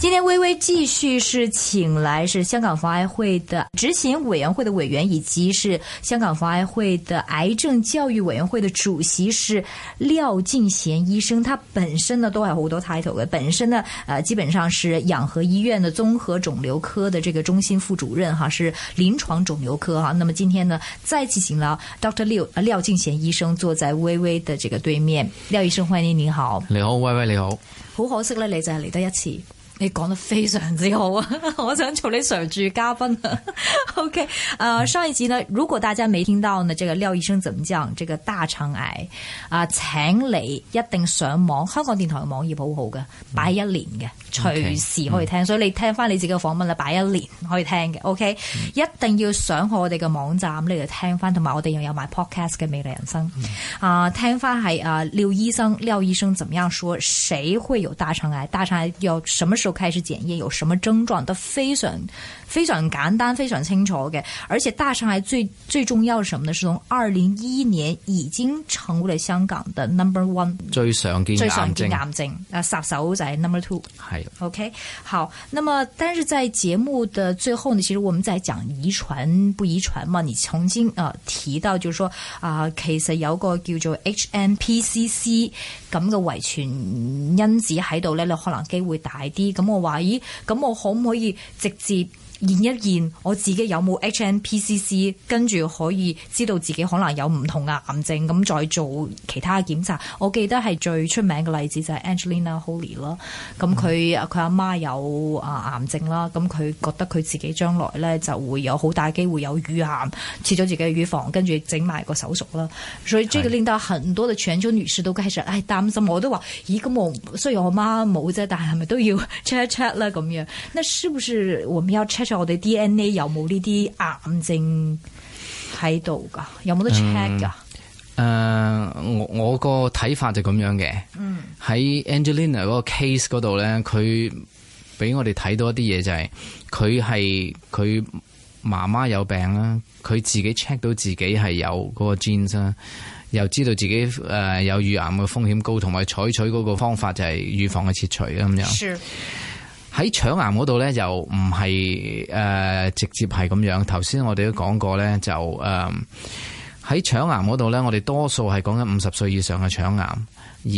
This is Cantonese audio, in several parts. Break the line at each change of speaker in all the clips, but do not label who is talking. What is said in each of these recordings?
今天微微继续是请来是香港防癌会的执行委员会的委员，以及是香港防癌会的癌症教育委员会的主席是廖敬贤医生。他本身呢都係好多 title 嘅，本身呢呃基本上是养和医院的综合肿瘤科的这个中心副主任哈，是临床肿瘤科哈。那么今天呢再次请到 Dr. 廖呃廖敬贤医生坐在微微的这个对面，廖医生欢迎您好。
你好，威威你好。
好可惜咧，你就係嚟得一次。你講得非常之好啊！ 我想做你常駐嘉賓啊。OK，呃，上一集呢，如果大家沒聽到呢，這個廖醫生怎麼講這個大腸癌啊、請你一定上網，香港電台嘅網頁好好嘅，擺一年嘅，隨時可以
嗯
聽。所以你聽翻你自己嘅訪問啦，擺一年可以聽嘅。OK，一
嗯
定要上我哋嘅網站你嚟聽翻，同埋我哋又有埋 podcast 嘅美麗人生
嗯
啊，聽翻係啊廖醫生，廖醫生怎麼樣說？誰會有大腸癌？大腸癌有什麼時候？開始檢驗有什麼症狀都非常非常簡單、非常清楚嘅，而且大腸癌最最重要是什麼呢？是從二零一一年已經成為了香港的 number one
最常見
最
嘅癌
常
症
見癌症，啊殺手就係 number two。
係
OK，好，那麼但是在節目的最後呢，其實我們在講遺傳不遺傳嘛，你曾經啊、呃提到，就是說啊、呃其實有個叫做 HNPCC 咁嘅遺傳因子喺度咧，你可能機會大啲。咁我話咦，咁我可唔可以直接？驗一驗我自己有冇 HNPCC，跟住可以知道自己可能有唔同嘅癌症，咁再做其他嘅檢查。我記得係最出名嘅例子就係 Angelina Jolie 啦，咁佢啊佢阿媽有啊癌症啦，咁佢覺得佢自己將來咧就會有好大機會有乳癌，切咗自己嘅乳房，跟住整埋個手術啦。所以呢個令到很多嘅全球女士都開始唉擔心，我都話咦咁我雖然我媽冇啫，但係咪都要 check 一 check 啦咁樣？那是不是我們要 check 下我哋 DNA 有冇呢啲癌症喺度㗎？有冇得 check 㗎？
誒、呃我我個睇法就咁樣嘅。嗯，喺 Angelina 嗰個 case 嗰度咧，佢俾我哋睇到一啲嘢就係佢係佢媽媽有病啦，佢自己 check 到自己係有嗰個 genes 啦，又知道自己誒、呃有乳癌嘅風險高，同埋採取嗰個方法就係預防嘅切除啦咁樣。
是
喺腸癌嗰度咧，就唔係誒直接係咁樣。頭先我哋都講過咧，就誒喺、腸癌嗰度咧，我哋多數係講緊五十歲以上嘅腸癌，而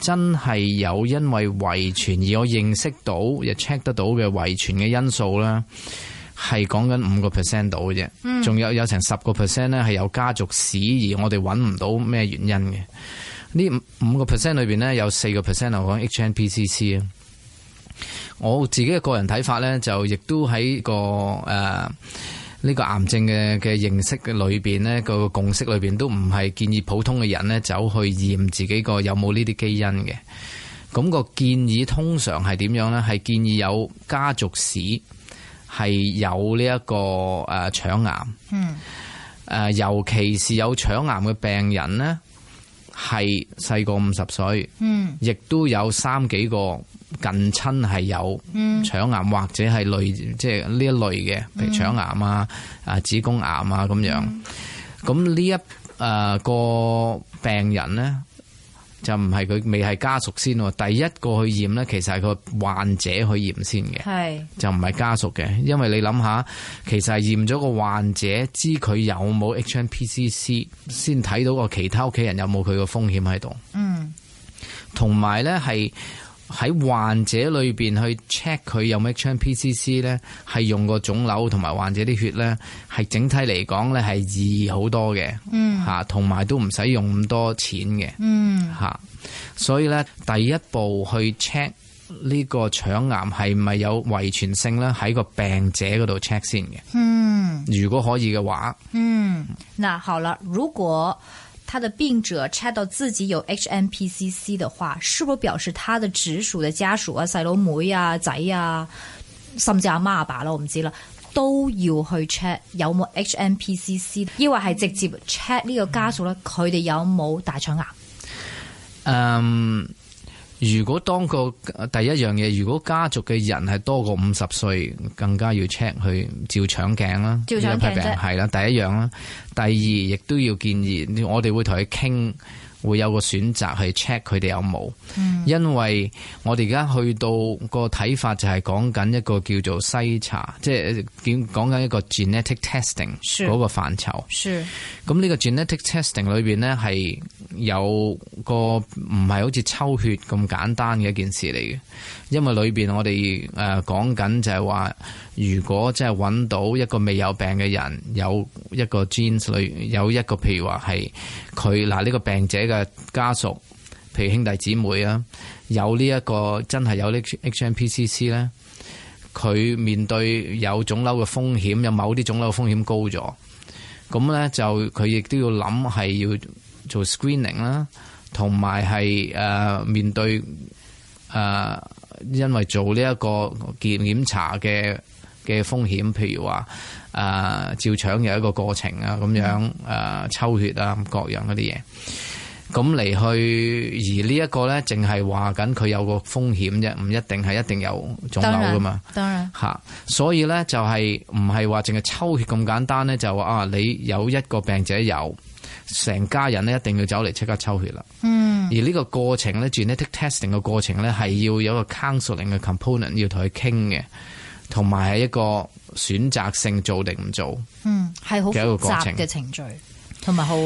真係有因為遺傳而我認識到亦 check 得到嘅遺傳嘅因素啦。係講緊五個 percent 到嘅啫，仲、有有成十個 percent 咧係有家族史，而我哋揾唔到咩原因嘅。呢五五個 percent 裏邊咧，有四個 percent 係講 HNPCC 啊。我自己嘅個人睇法咧，就亦都喺個誒。呃呢個癌症嘅嘅認識嘅裏邊呢個共識裏邊都唔係建議普通嘅人呢走去驗自己個有冇呢啲基因嘅。咁、個建議通常係點樣呢？係建議有家族史係有呢、一個誒、呃、腸癌。嗯。尤其是有腸癌嘅病人呢，係細過五十歲。嗯。亦都有三幾個近親係有腸癌或者係類即係呢一類嘅，譬如腸癌啊、啊子宮癌啊咁樣。咁呢一誒、呃、個病人呢，就唔係佢未係家屬先喎，第一個去驗呢，其實係個患者去驗先嘅。
係
就唔係家屬嘅，因為你諗下，其實係驗咗個患者，知佢有冇 HNPCC，先睇到個其他屋企人有冇佢個風險喺度。嗯，同埋呢係喺患者裏邊去 check 佢有冇 HNPCC 呢，係用個腫瘤同埋患者啲血呢，係整體嚟講呢係易好多嘅。嗯，嚇，同埋都唔使用咁多錢嘅。嗯，嚇。所以咧，第一步去 check 呢個腸癌係咪有遺傳性咧，喺個病者嗰度 check 先嘅。嗯，如果可以嘅話，
那好了，如果他的病者 check 到自己有 HNPCC 的話，是否表示他的直屬嘅家屬啊、細佬妹啊、仔啊，甚至阿媽阿爸啦，我唔知啦，都要去 check 有冇 HNPCC，抑或係直接 check 呢個家屬咧，佢哋有冇大腸癌？
嗯，如果當個第一樣嘢，如果家族嘅人係多過五十歲，更加要 check 去照腸鏡啦，
照腸鏡
呢一批病
啫
係啦，第一樣啦。第二，亦都要建議我哋會同佢傾會有個選擇去 check 佢哋有冇，
嗯
因為我哋而家去到個睇法就係講緊一個叫做篩查，即係點講緊一個 genetic testing
是
嗰個範疇。
是
咁呢個 genetic testing 裏邊呢，係有個唔係好似抽血咁簡單嘅一件事嚟嘅，因為裏邊我哋誒講緊就係話，如果即係揾到一個未有病嘅人，有一個 genes 裏有一個譬如話係佢嗱呢個病者嘅家屬，譬如兄弟姊妹啊，有呢、一個真係有呢 HMPCC 呢，佢面對有腫瘤嘅風險，有某啲腫瘤嘅風險高咗。咁咧就佢亦都要諗係要做 screening 啦，同埋係誒面對誒、呃因為做呢一個檢檢查嘅嘅風險，譬如話誒、呃照腸有一個過程啊，咁樣誒、呃抽血啊，各樣嗰啲嘢。咁嚟去，而呢一個咧，淨係話緊佢有個風險啫，唔一定係一定有腫
當
瘤噶
然
嘛。
當然
嚇，所以咧就係唔係話淨係抽血咁簡單咧，就話啊你有一個病者有，成家人咧一定要走嚟即刻抽血啦。嗯，而呢個過程咧，genetic testing 嘅過程咧係要有一個 counseling 嘅 component 要同佢傾嘅，同埋係一個選擇性做定唔做。
嗯係好
嘅一個
複
過
雜
程
嘅程序，同埋好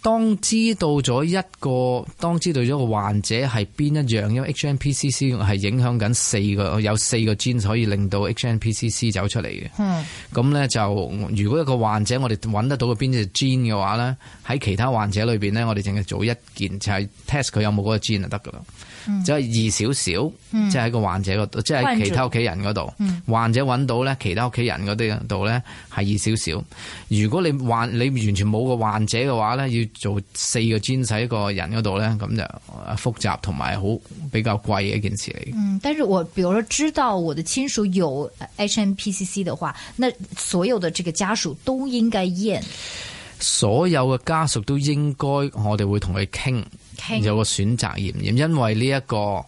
當知道咗一個，當知道咗個患者係邊一樣，因為 HNPCC 係影響緊四個，有四個 gene 可以令到 HNPCC 走出嚟嘅。
嗯
咁咧就如果一個患者我哋揾得到嘅邊隻 gene 嘅話咧，喺其他患者裏邊咧，我哋淨係做一件就係 test 佢有冇嗰個 gene 就得噶啦，即係易少少，即係喺個患者嗰度，即係喺其他屋企人嗰度，患者揾到咧，其他屋企人嗰啲度咧係易少少。如果你患你完全冇個患者嘅話咧，要做四個 gene 喺一個人嗰度咧，咁就呃複雜同埋好比較貴嘅一件事嚟嘅。
嗯，但是我比如说知道我的亲属有呃 HMPCC 的话，那所有的这个家属都应该验
所有嘅家屬都應該，我哋會同佢傾。
傾
有個選擇驗唔驗，因為呢一個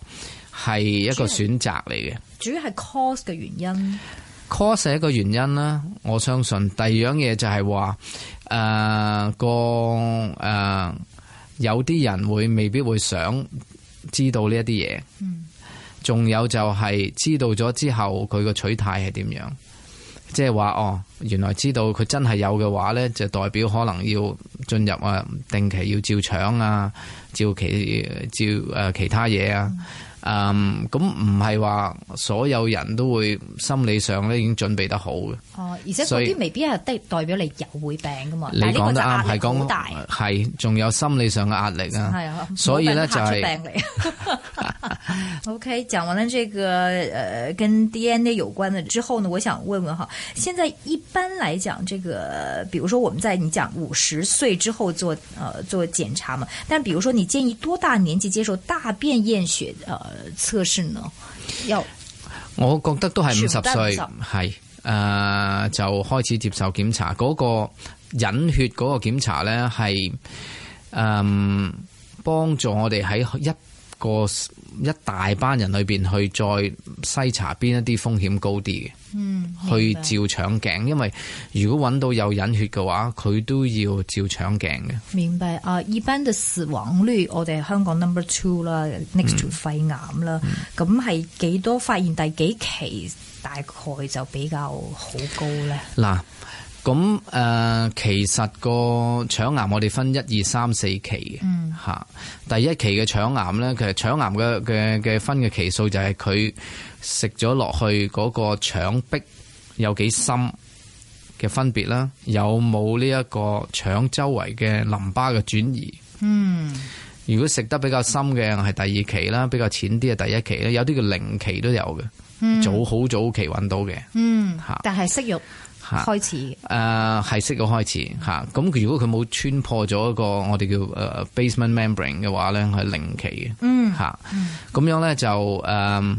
係一個選擇嚟嘅。
主要係 cause 嘅原因。
cause 係一個原因啦，我相信。第二樣嘢就係話誒個誒、呃有啲人會未必會想知道呢一啲嘢。仲有就係知道咗之後，佢個取態係點樣？即係話哦，原來知道佢真係有嘅話呢，就代表可能要進入啊定期要照腸啊，照其照誒、呃其他嘢啊。嗯，咁唔係話所有人都會心理上咧已經準備得好嘅。
哦，而且嗰
所以
啲未必係代代表你有會病噶嘛，
你
但係呢
講
個
得
就壓
啱，係
力好大，
講係，仲有心理上嘅壓力啊。
係啊，
所以
冇
咧就
辦法
係
出病嚟。OK，講 完了這個呃跟 DNA 有關的之後呢，我想問問哈，現在一般來講，這個比如說我們在你講五十歲之後做呃做檢查嘛，但比如說你建議多大年紀接受大便驗血呃測試呢？要
我覺得都係五十
全部都係
歲，係誒、呃就開始接受檢查。嗰、個隱血嗰個檢查咧係誒幫助我哋喺一個一大班人裏邊去再篩查邊一啲風險高啲嘅。
嗯
去照腸鏡，因為如果揾到有隱血嘅話，佢都要照腸鏡嘅。
明白啊！一般嘅死亡率，我哋香港 number two 啦，next
嗯
to 肺癌啦，咁係幾多發現第幾期大概就比較好高咧？
嗱，咁誒、呃其實個腸癌我哋分一二三四期嘅嚇、第一期嘅腸癌咧，其實腸癌嘅嘅嘅分嘅期數就係佢食咗落去嗰個腸壁有幾深嘅分別啦，有冇呢一個腸周圍嘅淋巴嘅轉移。
嗯
如果食得比較深嘅係第二期啦，比較淺啲係第一期啦，有啲叫零期都有嘅，早好早期揾到嘅
嗯
嚇
但係息肉
嚇。
開始嘅，
誒係呃識嘅開始嚇，咁、如果佢冇穿破咗一個我哋叫誒、呃 basement membrane 嘅話咧，係零期嘅，嗯嚇，咁樣咧就誒咁、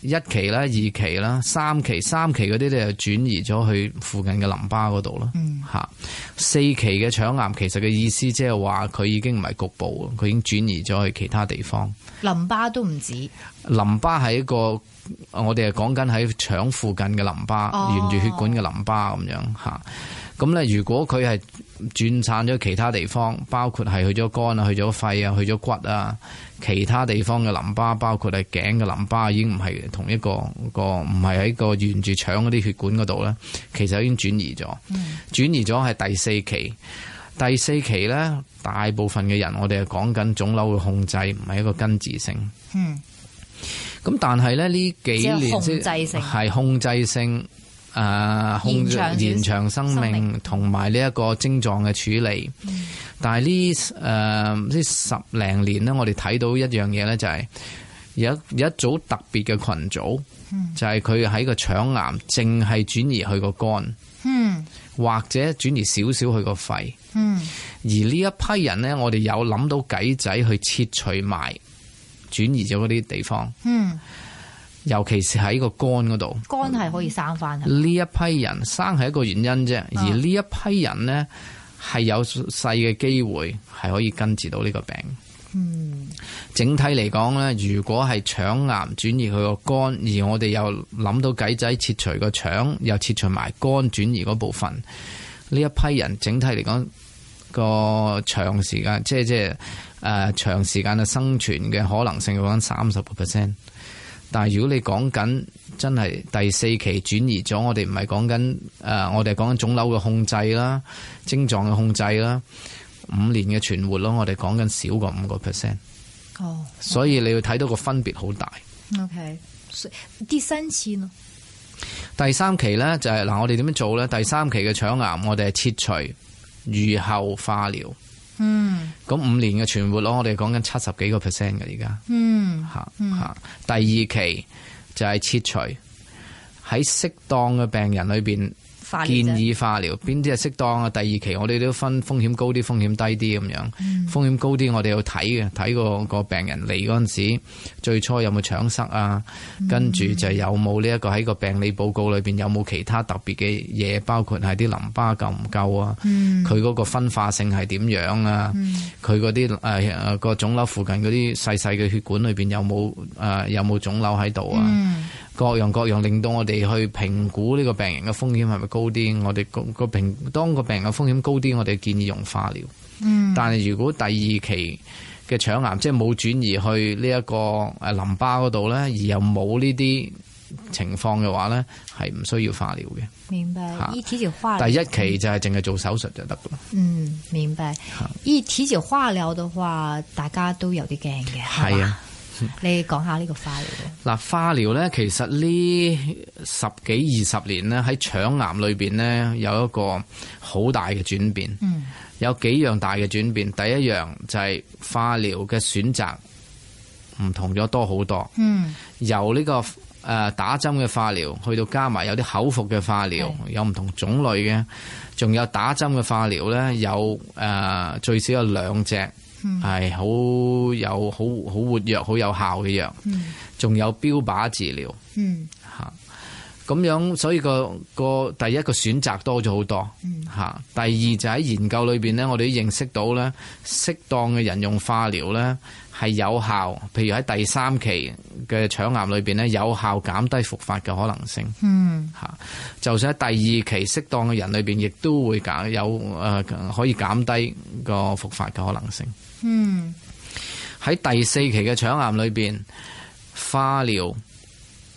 一期啦、二期啦、三期、三期嗰啲咧就轉移咗去附近嘅淋巴嗰度啦，嚇、四期嘅腸癌其實嘅意思即係話佢已經唔係局部，佢已經轉移咗去其他地方。
淋巴都唔止，
淋巴係一個，我哋係講緊喺腸附近嘅淋巴，
哦
沿住血管嘅淋巴咁樣嚇。咁咧，如果佢係轉散咗其他地方，包括係去咗肝啊、去咗肺啊、去咗骨啊，其他地方嘅淋巴，包括係頸嘅淋巴，已經唔係同一個個唔係喺個沿住腸嗰啲血管嗰度咧，其實已經轉移咗，轉移咗係第四期。第四期呢，大部分嘅人我哋係講緊腫瘤嘅控制，唔係一個根治性。
嗯，
咁但係咧呢幾
即係
年
控制性
係控制性，誒、控制
延長
延長生
生
命
命嗯
同埋呢一個症狀嘅處理。但係呢誒呢十零年呢，我哋睇到一樣嘢呢，就係、有一有一組特別嘅群組，
嗯
就係佢喺個腸癌淨係轉移去個肝，
嗯
或者轉移少少去個肺。
嗯
而呢一批人呢，我哋有諗到計仔去切除埋轉移咗嗰啲地方，
嗯，
尤其是喺個肝嗰度。
肝係可以生啊翻係咪
呢一批人生係一個原因啫，而呢一批人呢，係有細嘅機會係可以根治到呢個病。
嗯
整體嚟講呢，如果係腸癌轉移去個肝，而我哋又諗到計仔切除個腸，又切除埋肝轉移嗰部分，呢一批人整體嚟講個長時間，即係即係誒、呃、長時間嘅生存嘅可能性，講緊三十個 percent。但係如果你講緊真係第四期轉移咗，我哋唔係講緊誒，我哋係講緊腫瘤嘅控制啦、症狀嘅控制啦，五年嘅存活咯，我哋講緊少過五個 percent。嗯
哦
所以你要睇到個分別好大。
，OK，所以第三期呢？
第三期呢，就係、嗱，我哋點樣做呢？第三期嘅腸癌我哋係切除預後化療，
嗯
咁五年嘅存活率我哋講緊七十幾個 percent 嘅而家
嗯
嚇嚇。第二期就係切除喺適當嘅病人裏邊
化療
建
啫
議化療，邊啲係適當啊？第二期我哋都分風險高啲、風險低啲咁樣。風險高啲我哋要睇嘅，睇個個病人嚟嗰陣時，最初有冇腸塞啊？跟住就有冇呢一個喺個病理報告裏邊有冇其他特別嘅嘢，包括係啲淋巴夠唔夠啊？
嗯
佢嗰個分化性係點樣啊？佢嗰啲誒誒個腫瘤附近嗰啲細細嘅血管裏邊有冇誒、呃有冇腫瘤喺度啊？
嗯
各樣各樣，令到我哋去評估呢個病人嘅風險係咪高啲？我哋個個評當個病人嘅風險高啲，我哋建議用化療。
嗯
但係如果第二期嘅腸癌即係冇轉移去呢一個誒淋巴嗰度呢，而又冇呢啲情況嘅話呢，係唔需要化療嘅。
明白
嚇。
一提起化療，
第一期就係淨係做手術就得㗎啦。
嗯明白。一提起化療嘅話，大家都有啲驚嘅，係
係
嘛
啊。
你講下呢個化療啊。
嗱，化療咧，其實呢十幾二十年咧，喺腸癌裏邊咧有一個好大嘅轉變。
嗯
有幾樣大嘅轉變，第一樣就係化療嘅選擇唔同咗多好多，
嗯
由呢、個誒、呃打針嘅化療去到加埋有啲口服嘅化療，有唔同種類嘅，仲有打針嘅化療呢，有誒、呃最少有兩隻係好有好好活躍、好有效嘅藥，仲有標靶治療。
嗯
嚇。咁樣，所以個個第一個選擇多咗好多嚇。第二就喺研究裏邊呢，我哋都認識到呢，適當嘅人用化療呢係有效，譬如喺第三期嘅腸癌裏邊呢，有效減低復發嘅可能性。
嗯
嚇，就算喺第二期適當嘅人裏邊，亦都會減有誒、呃可以減低個復發嘅可能性。
嗯
喺第四期嘅腸癌裏邊，化療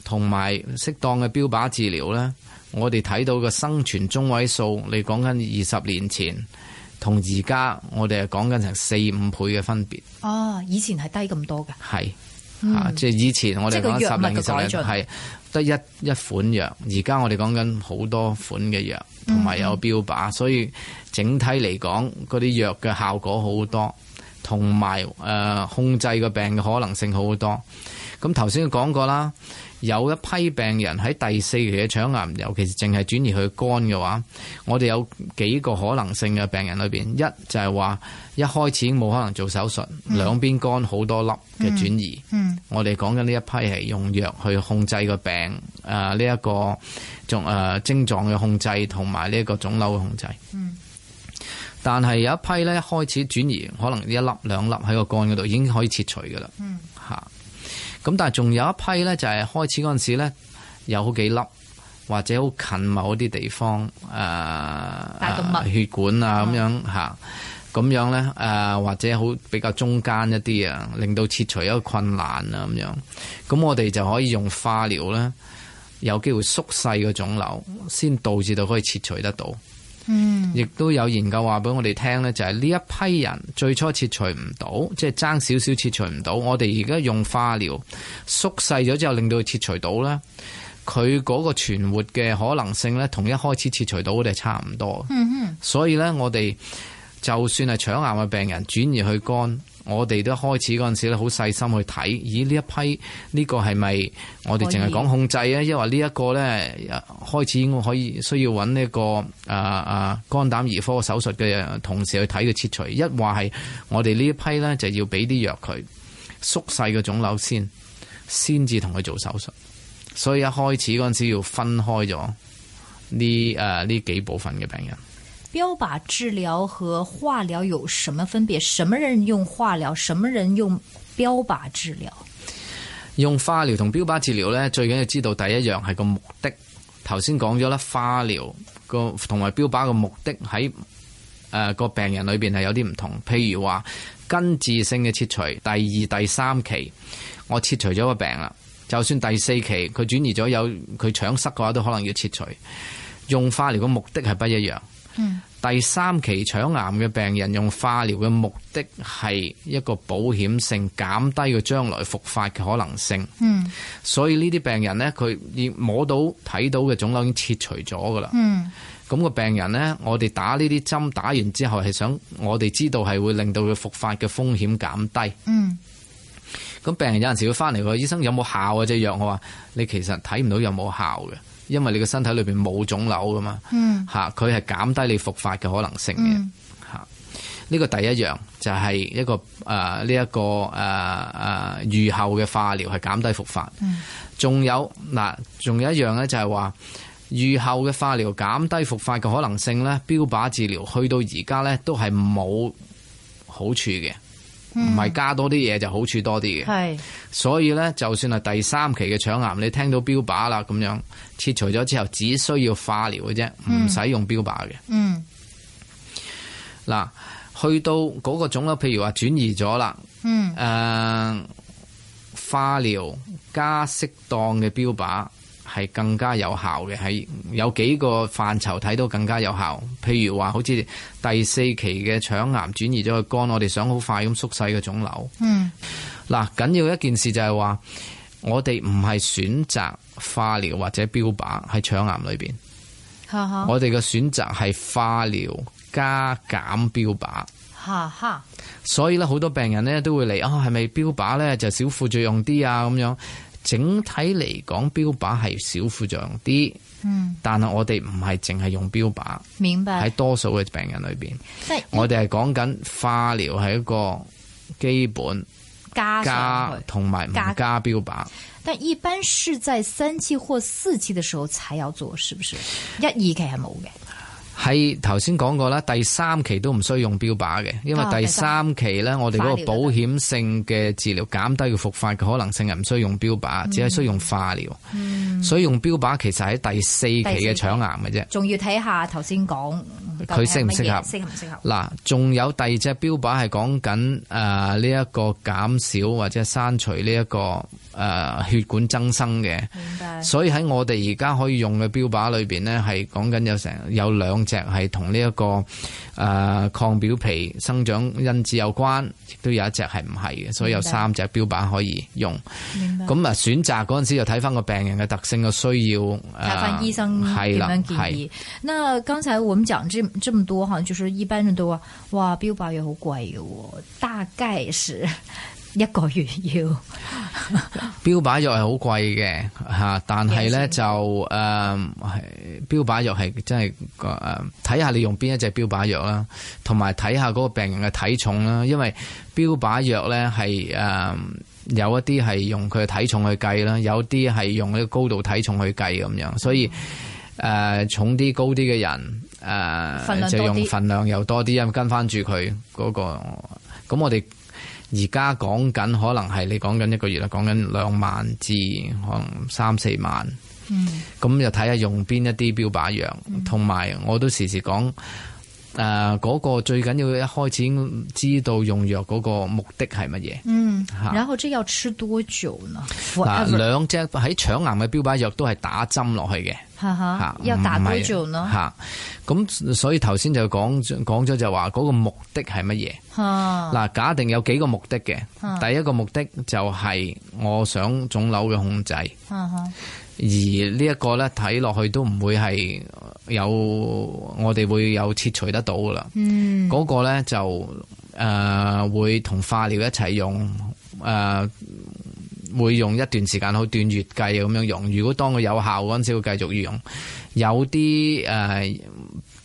同埋適當嘅標靶治療呢，我哋睇到個生存中位數，你講緊二十年前同而家，我哋係講緊成四五倍嘅分別，
哦，以前係低咁多㗎。
係、啊即係以前我哋講
嗯即係個
緊
藥
十
物
零
嘅
二十
改進
年係得一一款藥，而家我哋講緊好多款嘅藥，同
嗯
埋有標靶，所以整體嚟講，嗰啲藥嘅效果好多。同埋誒控制個病嘅可能性好多。咁頭先講過啦，有一批病人喺第四期嘅腸癌，尤其是淨係轉移去肝嘅話，我哋有幾個可能性嘅病人裏邊，一就係話一開始已經冇可能做手術，兩邊肝好多粒嘅轉移。
嗯
我哋講緊呢一批係用藥去控制個病，誒呢一個仲誒症狀嘅控制同埋呢一個腫瘤嘅控制。
嗯
但係有一批咧，一開始轉移，可能一粒兩粒喺個肝嗰度已經可以切除㗎啦。
嗯，
嚇。咁但係仲有一批咧，就係、開始嗰陣時咧，有好幾粒，或者好近某一啲地方誒、
大動哦脈
呃血管啊咁樣嚇，咁、樣咧誒、呃或者好比較中間一啲啊，令到切除一個困難啊咁樣，咁我哋就可以用化療咧，有機會縮細個腫瘤，先導致到可以切除得到。
嗯，
亦都有研究話俾我哋聽呢就係呢一批人最初切除唔到，即係爭少少切除唔到。我哋而家用化療縮細咗之後，令到佢切除到呢佢嗰個存活嘅可能性呢，同一開始切除到我哋係差唔多。所以呢，我哋就算係腸癌嘅病人轉移去肝，我哋都開始嗰陣時咧，好細心去睇，咦呢一批呢個係咪我哋淨係
可以
講控制啊？因為呢一個呢，開始我可以需要揾呢、個啊啊肝膽兒科手術嘅同事去睇佢切除，一話係我哋呢一批呢，就要俾啲藥佢縮細個腫瘤先，先至同佢做手術。所以一開始嗰陣時要分開咗呢誒呢幾部分嘅病人。
標靶治療和化療有什麼分別？什麼人用化療，什麼人用標靶治療？
用化療同標靶治療咧，最緊要知道第一樣係個目的。頭先講咗啦，化療個同埋標靶個目的喺誒個病人裏邊係有啲唔同。譬如話根治性嘅切除，第二、第三期我切除咗個病啦，就算第四期佢轉移咗有佢腸塞嘅話，都可能要切除。用化療嘅目的係不一樣。第三期腸癌嘅病人用化療嘅目的係一個保險性，減低佢將來復發嘅可能性。
嗯
所以呢啲病人呢，佢已摸到睇到嘅腫瘤已經切除咗噶啦。
嗯
咁、個病人呢，我哋打呢啲針打完之後係想我哋知道係會令到佢復發嘅風險減低。
嗯
咁病人有陣時會翻嚟話：醫生有冇效啊？隻藥我話你其實睇唔到有冇效嘅，因為你個身體裏邊冇腫瘤噶嘛。
嗯
嚇，佢係減低你復發嘅可能性嘅
嗯
嚇。呢、個第一樣就係、一個誒呢一呃個誒誒預後嘅化療係減低復發。
嗯
仲、有嗱，仲有一樣咧就係話預後嘅化療減低復發嘅可能性咧，標靶治療去到而家咧都係冇好處嘅，
嗯
唔係加多啲嘢就好處多啲嘅。
係
所以咧，就算係第三期嘅腸癌，你聽到標靶啦咁樣切除咗之後，只需要化療嘅啫，唔使用標靶嘅。
嗯
嗱、去到嗰個腫瘤，譬如話轉移咗啦，
嗯
誒、化療加適當嘅標靶係更加有效嘅，係有幾個範疇睇到更加有效。譬如話，好似第四期嘅腸癌轉移咗去肝，我哋想好快咁縮細個腫瘤。
嗯
嗱，緊要一件事就係話，我哋唔係選擇化療或者標靶喺腸癌裏邊，
哈哈
我哋嘅選擇係化療加減標靶。
哈哈
所以咧，好多病人咧都會嚟啊，係咪標靶咧就小副作用啲啊咁樣？整體嚟講，標靶係小副作用啲，
嗯
但係我哋唔係淨係用標靶
明
喺
白。
多數嘅病人裏邊，
即係
我哋係講緊化療係一個基本
加上
加
去，
同埋唔
加
加標靶。
但一般是在三期或四期嘅時候才要做，是不是？一二期係冇嘅。
係頭先講過啦，第三期都唔需要用標靶嘅，因為
哦
啊第三期呢，我哋嗰個保險性嘅治療減低佢復發嘅可能性係唔需要用標靶，只係需要用化療。所以用標靶其實嗯喺第四期嘅腸癌嘅啫。
仲要睇下頭先講
佢適唔適合
適唔適合？
嗱，仲有第二隻標靶係講緊誒呃呢一個減少或者刪除呢、一個誒、呃血管增生嘅。
明白。
所以喺我哋而家可以用嘅標靶裏邊呢，係講緊有成有兩隻係同呢一個誒、呃抗表皮生長因子有關，亦都有一隻係唔係嘅，所以有
明白
三隻標靶可以用。
明白。
咁啊，選擇嗰陣時就睇翻個病人嘅特性嘅需要，誒
睇翻醫生
係
點
啊啦
樣建
係
議。那剛才我們講這這麼多哈，就是一般人都話：哇，標靶藥好貴嘅喎，大概是一個月要
標靶藥係好貴嘅嚇，但係咧
幾多錢
就誒、嗯係標靶藥係真係個誒睇下你用邊一隻標靶藥啦，同埋睇下嗰個病人嘅體重啦，因為標靶藥咧係誒有一啲係用佢嘅體重去計啦，有啲係用呢個高度體重去計咁樣，所以誒、呃重啲高啲嘅人誒、呃
份量
就
多啲
用份量又多啲，因為跟翻住佢嗰個咁我哋。而家講緊可能係你講緊一個月啦，講緊兩萬至可能三四萬
嗯
咁就睇下用邊一啲標靶藥，同埋我都時時講。誒嗰、個最緊要一開始已經知道用藥嗰個目的係乜嘢
嗯，
嚇
然後這要吃多久呢
嗱，
？Forever，
啊兩隻喺腸癌嘅標靶藥都係打針落去嘅
哈哈
嚇，，
要打
唔
多
係
久呢？
嚇？咁所以頭先就講講咗就話嗰個目的係乜嘢？
哈，
嗱，假定有幾個目的嘅
嗯，
第一個目的就係我想腫瘤嘅控制，而
哈哈，
呢一個咧睇落去都唔會係有我哋會有切除得到噶啦。
嗯，
嗰個咧就誒、呃、會同化療一齊用，誒、呃、會用一段時間，好段月計咁樣用。如果當佢有效嗰陣時，會繼續用。有啲誒、呃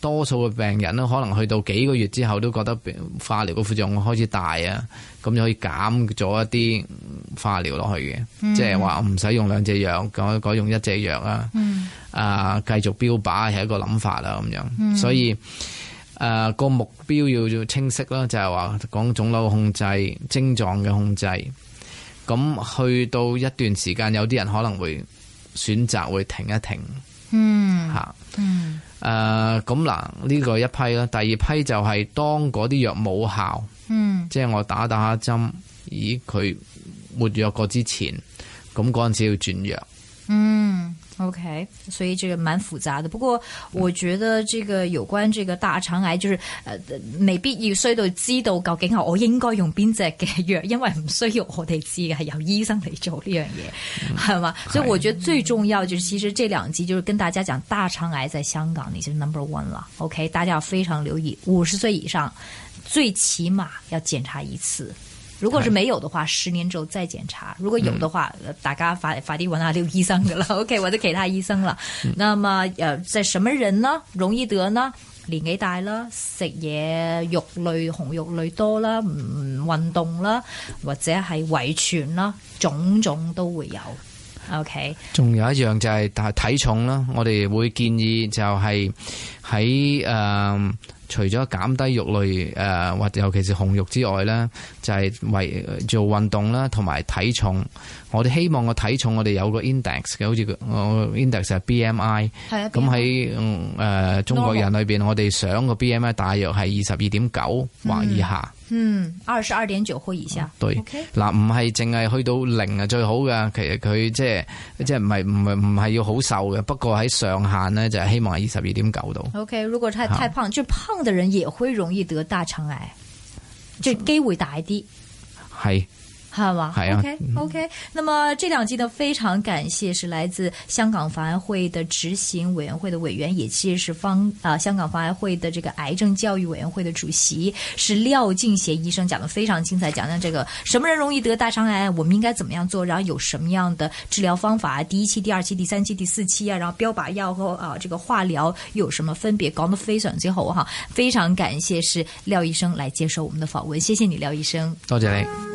多數嘅病人咧，可能去到幾個月之後都覺得嗯化療嘅副作用開始大啊，咁就可以減咗一啲化療落去嘅，即係話唔使用兩隻藥，改改用一隻藥啊。
嗯
啊、繼續標靶係一個諗法啦，咁樣，
嗯
所以誒、呃個目標要要清晰啦，就係話講腫瘤控制、症狀嘅控制。咁去到一段時間，有啲人可能會選擇會停一停
嗯
嚇。
嗯
誒咁嗱，呢個一批啦，第二批就係當嗰啲藥冇效，
嗯
即係我打打下針，咦佢沒藥過之前，咁嗰陣時要轉藥。
嗯，OK，所以這個蠻複雜的。不過我覺得這個有關這個大腸癌，就是呃未必要衰到知道究竟係我應該用邊隻嘅藥，因為唔需要我哋知嘅，係由醫生嚟做呢樣 嘢，係嘛？所以我覺得最重要就是，其實這兩集就是跟大家講大腸癌在香港已經 number one 了。OK，大家要非常留意，五十歲以上最起碼要檢查一次。如果是沒有的話，十年之後再檢查；如果有的話，呃大家快快啲揾下廖醫生噶啦 ，OK，或者其他醫生啦。那麼呃，即係什麼人呢？容易得呢？年紀大啦，食嘢肉類紅肉類多啦，唔唔運動啦，或者係遺傳啦，種種都會有。OK，
仲有一樣就係但係體重啦，我哋會建議就係喺誒除咗減低肉類誒、呃或者尤其是紅肉之外咧，就係、為做運動啦，同埋體重。我哋希望個體重我哋有個 index 嘅，好似個我 index 係 BMI。
係啊
咁喺嗯誒中國人裏邊，我哋想個 BMI 大約係二十二點九或以下。
嗯，二十二點九或以下。
對
OK，
嗱，唔係淨係去到零啊最好噶，其實佢即係即係唔係唔係唔係要好瘦嘅，不過喺上限呢，就係希望係二十二點九度。
OK，如果太
好
太胖，就胖的人也會容易得大腸癌，就機會大啲。
係
好吧
好呀
o k OK。那么这两集呢，非常感谢是来自香港防癌会的执行委员会的委员，也既是方啊、香港防癌会的这个癌症教育委员会的主席，是廖敬协医生，讲的非常精彩，讲讲这个什么人容易得大肠癌，我们应该怎么样做，然后有什么样的治疗方法，啊第一期、第二期、第三期、第四期啊，然后标靶药和啊、这个化疗有什么分别，讲得非常之好哈。非常感谢是廖医生来接受我们的访问，谢谢你，廖医生。
多謝你。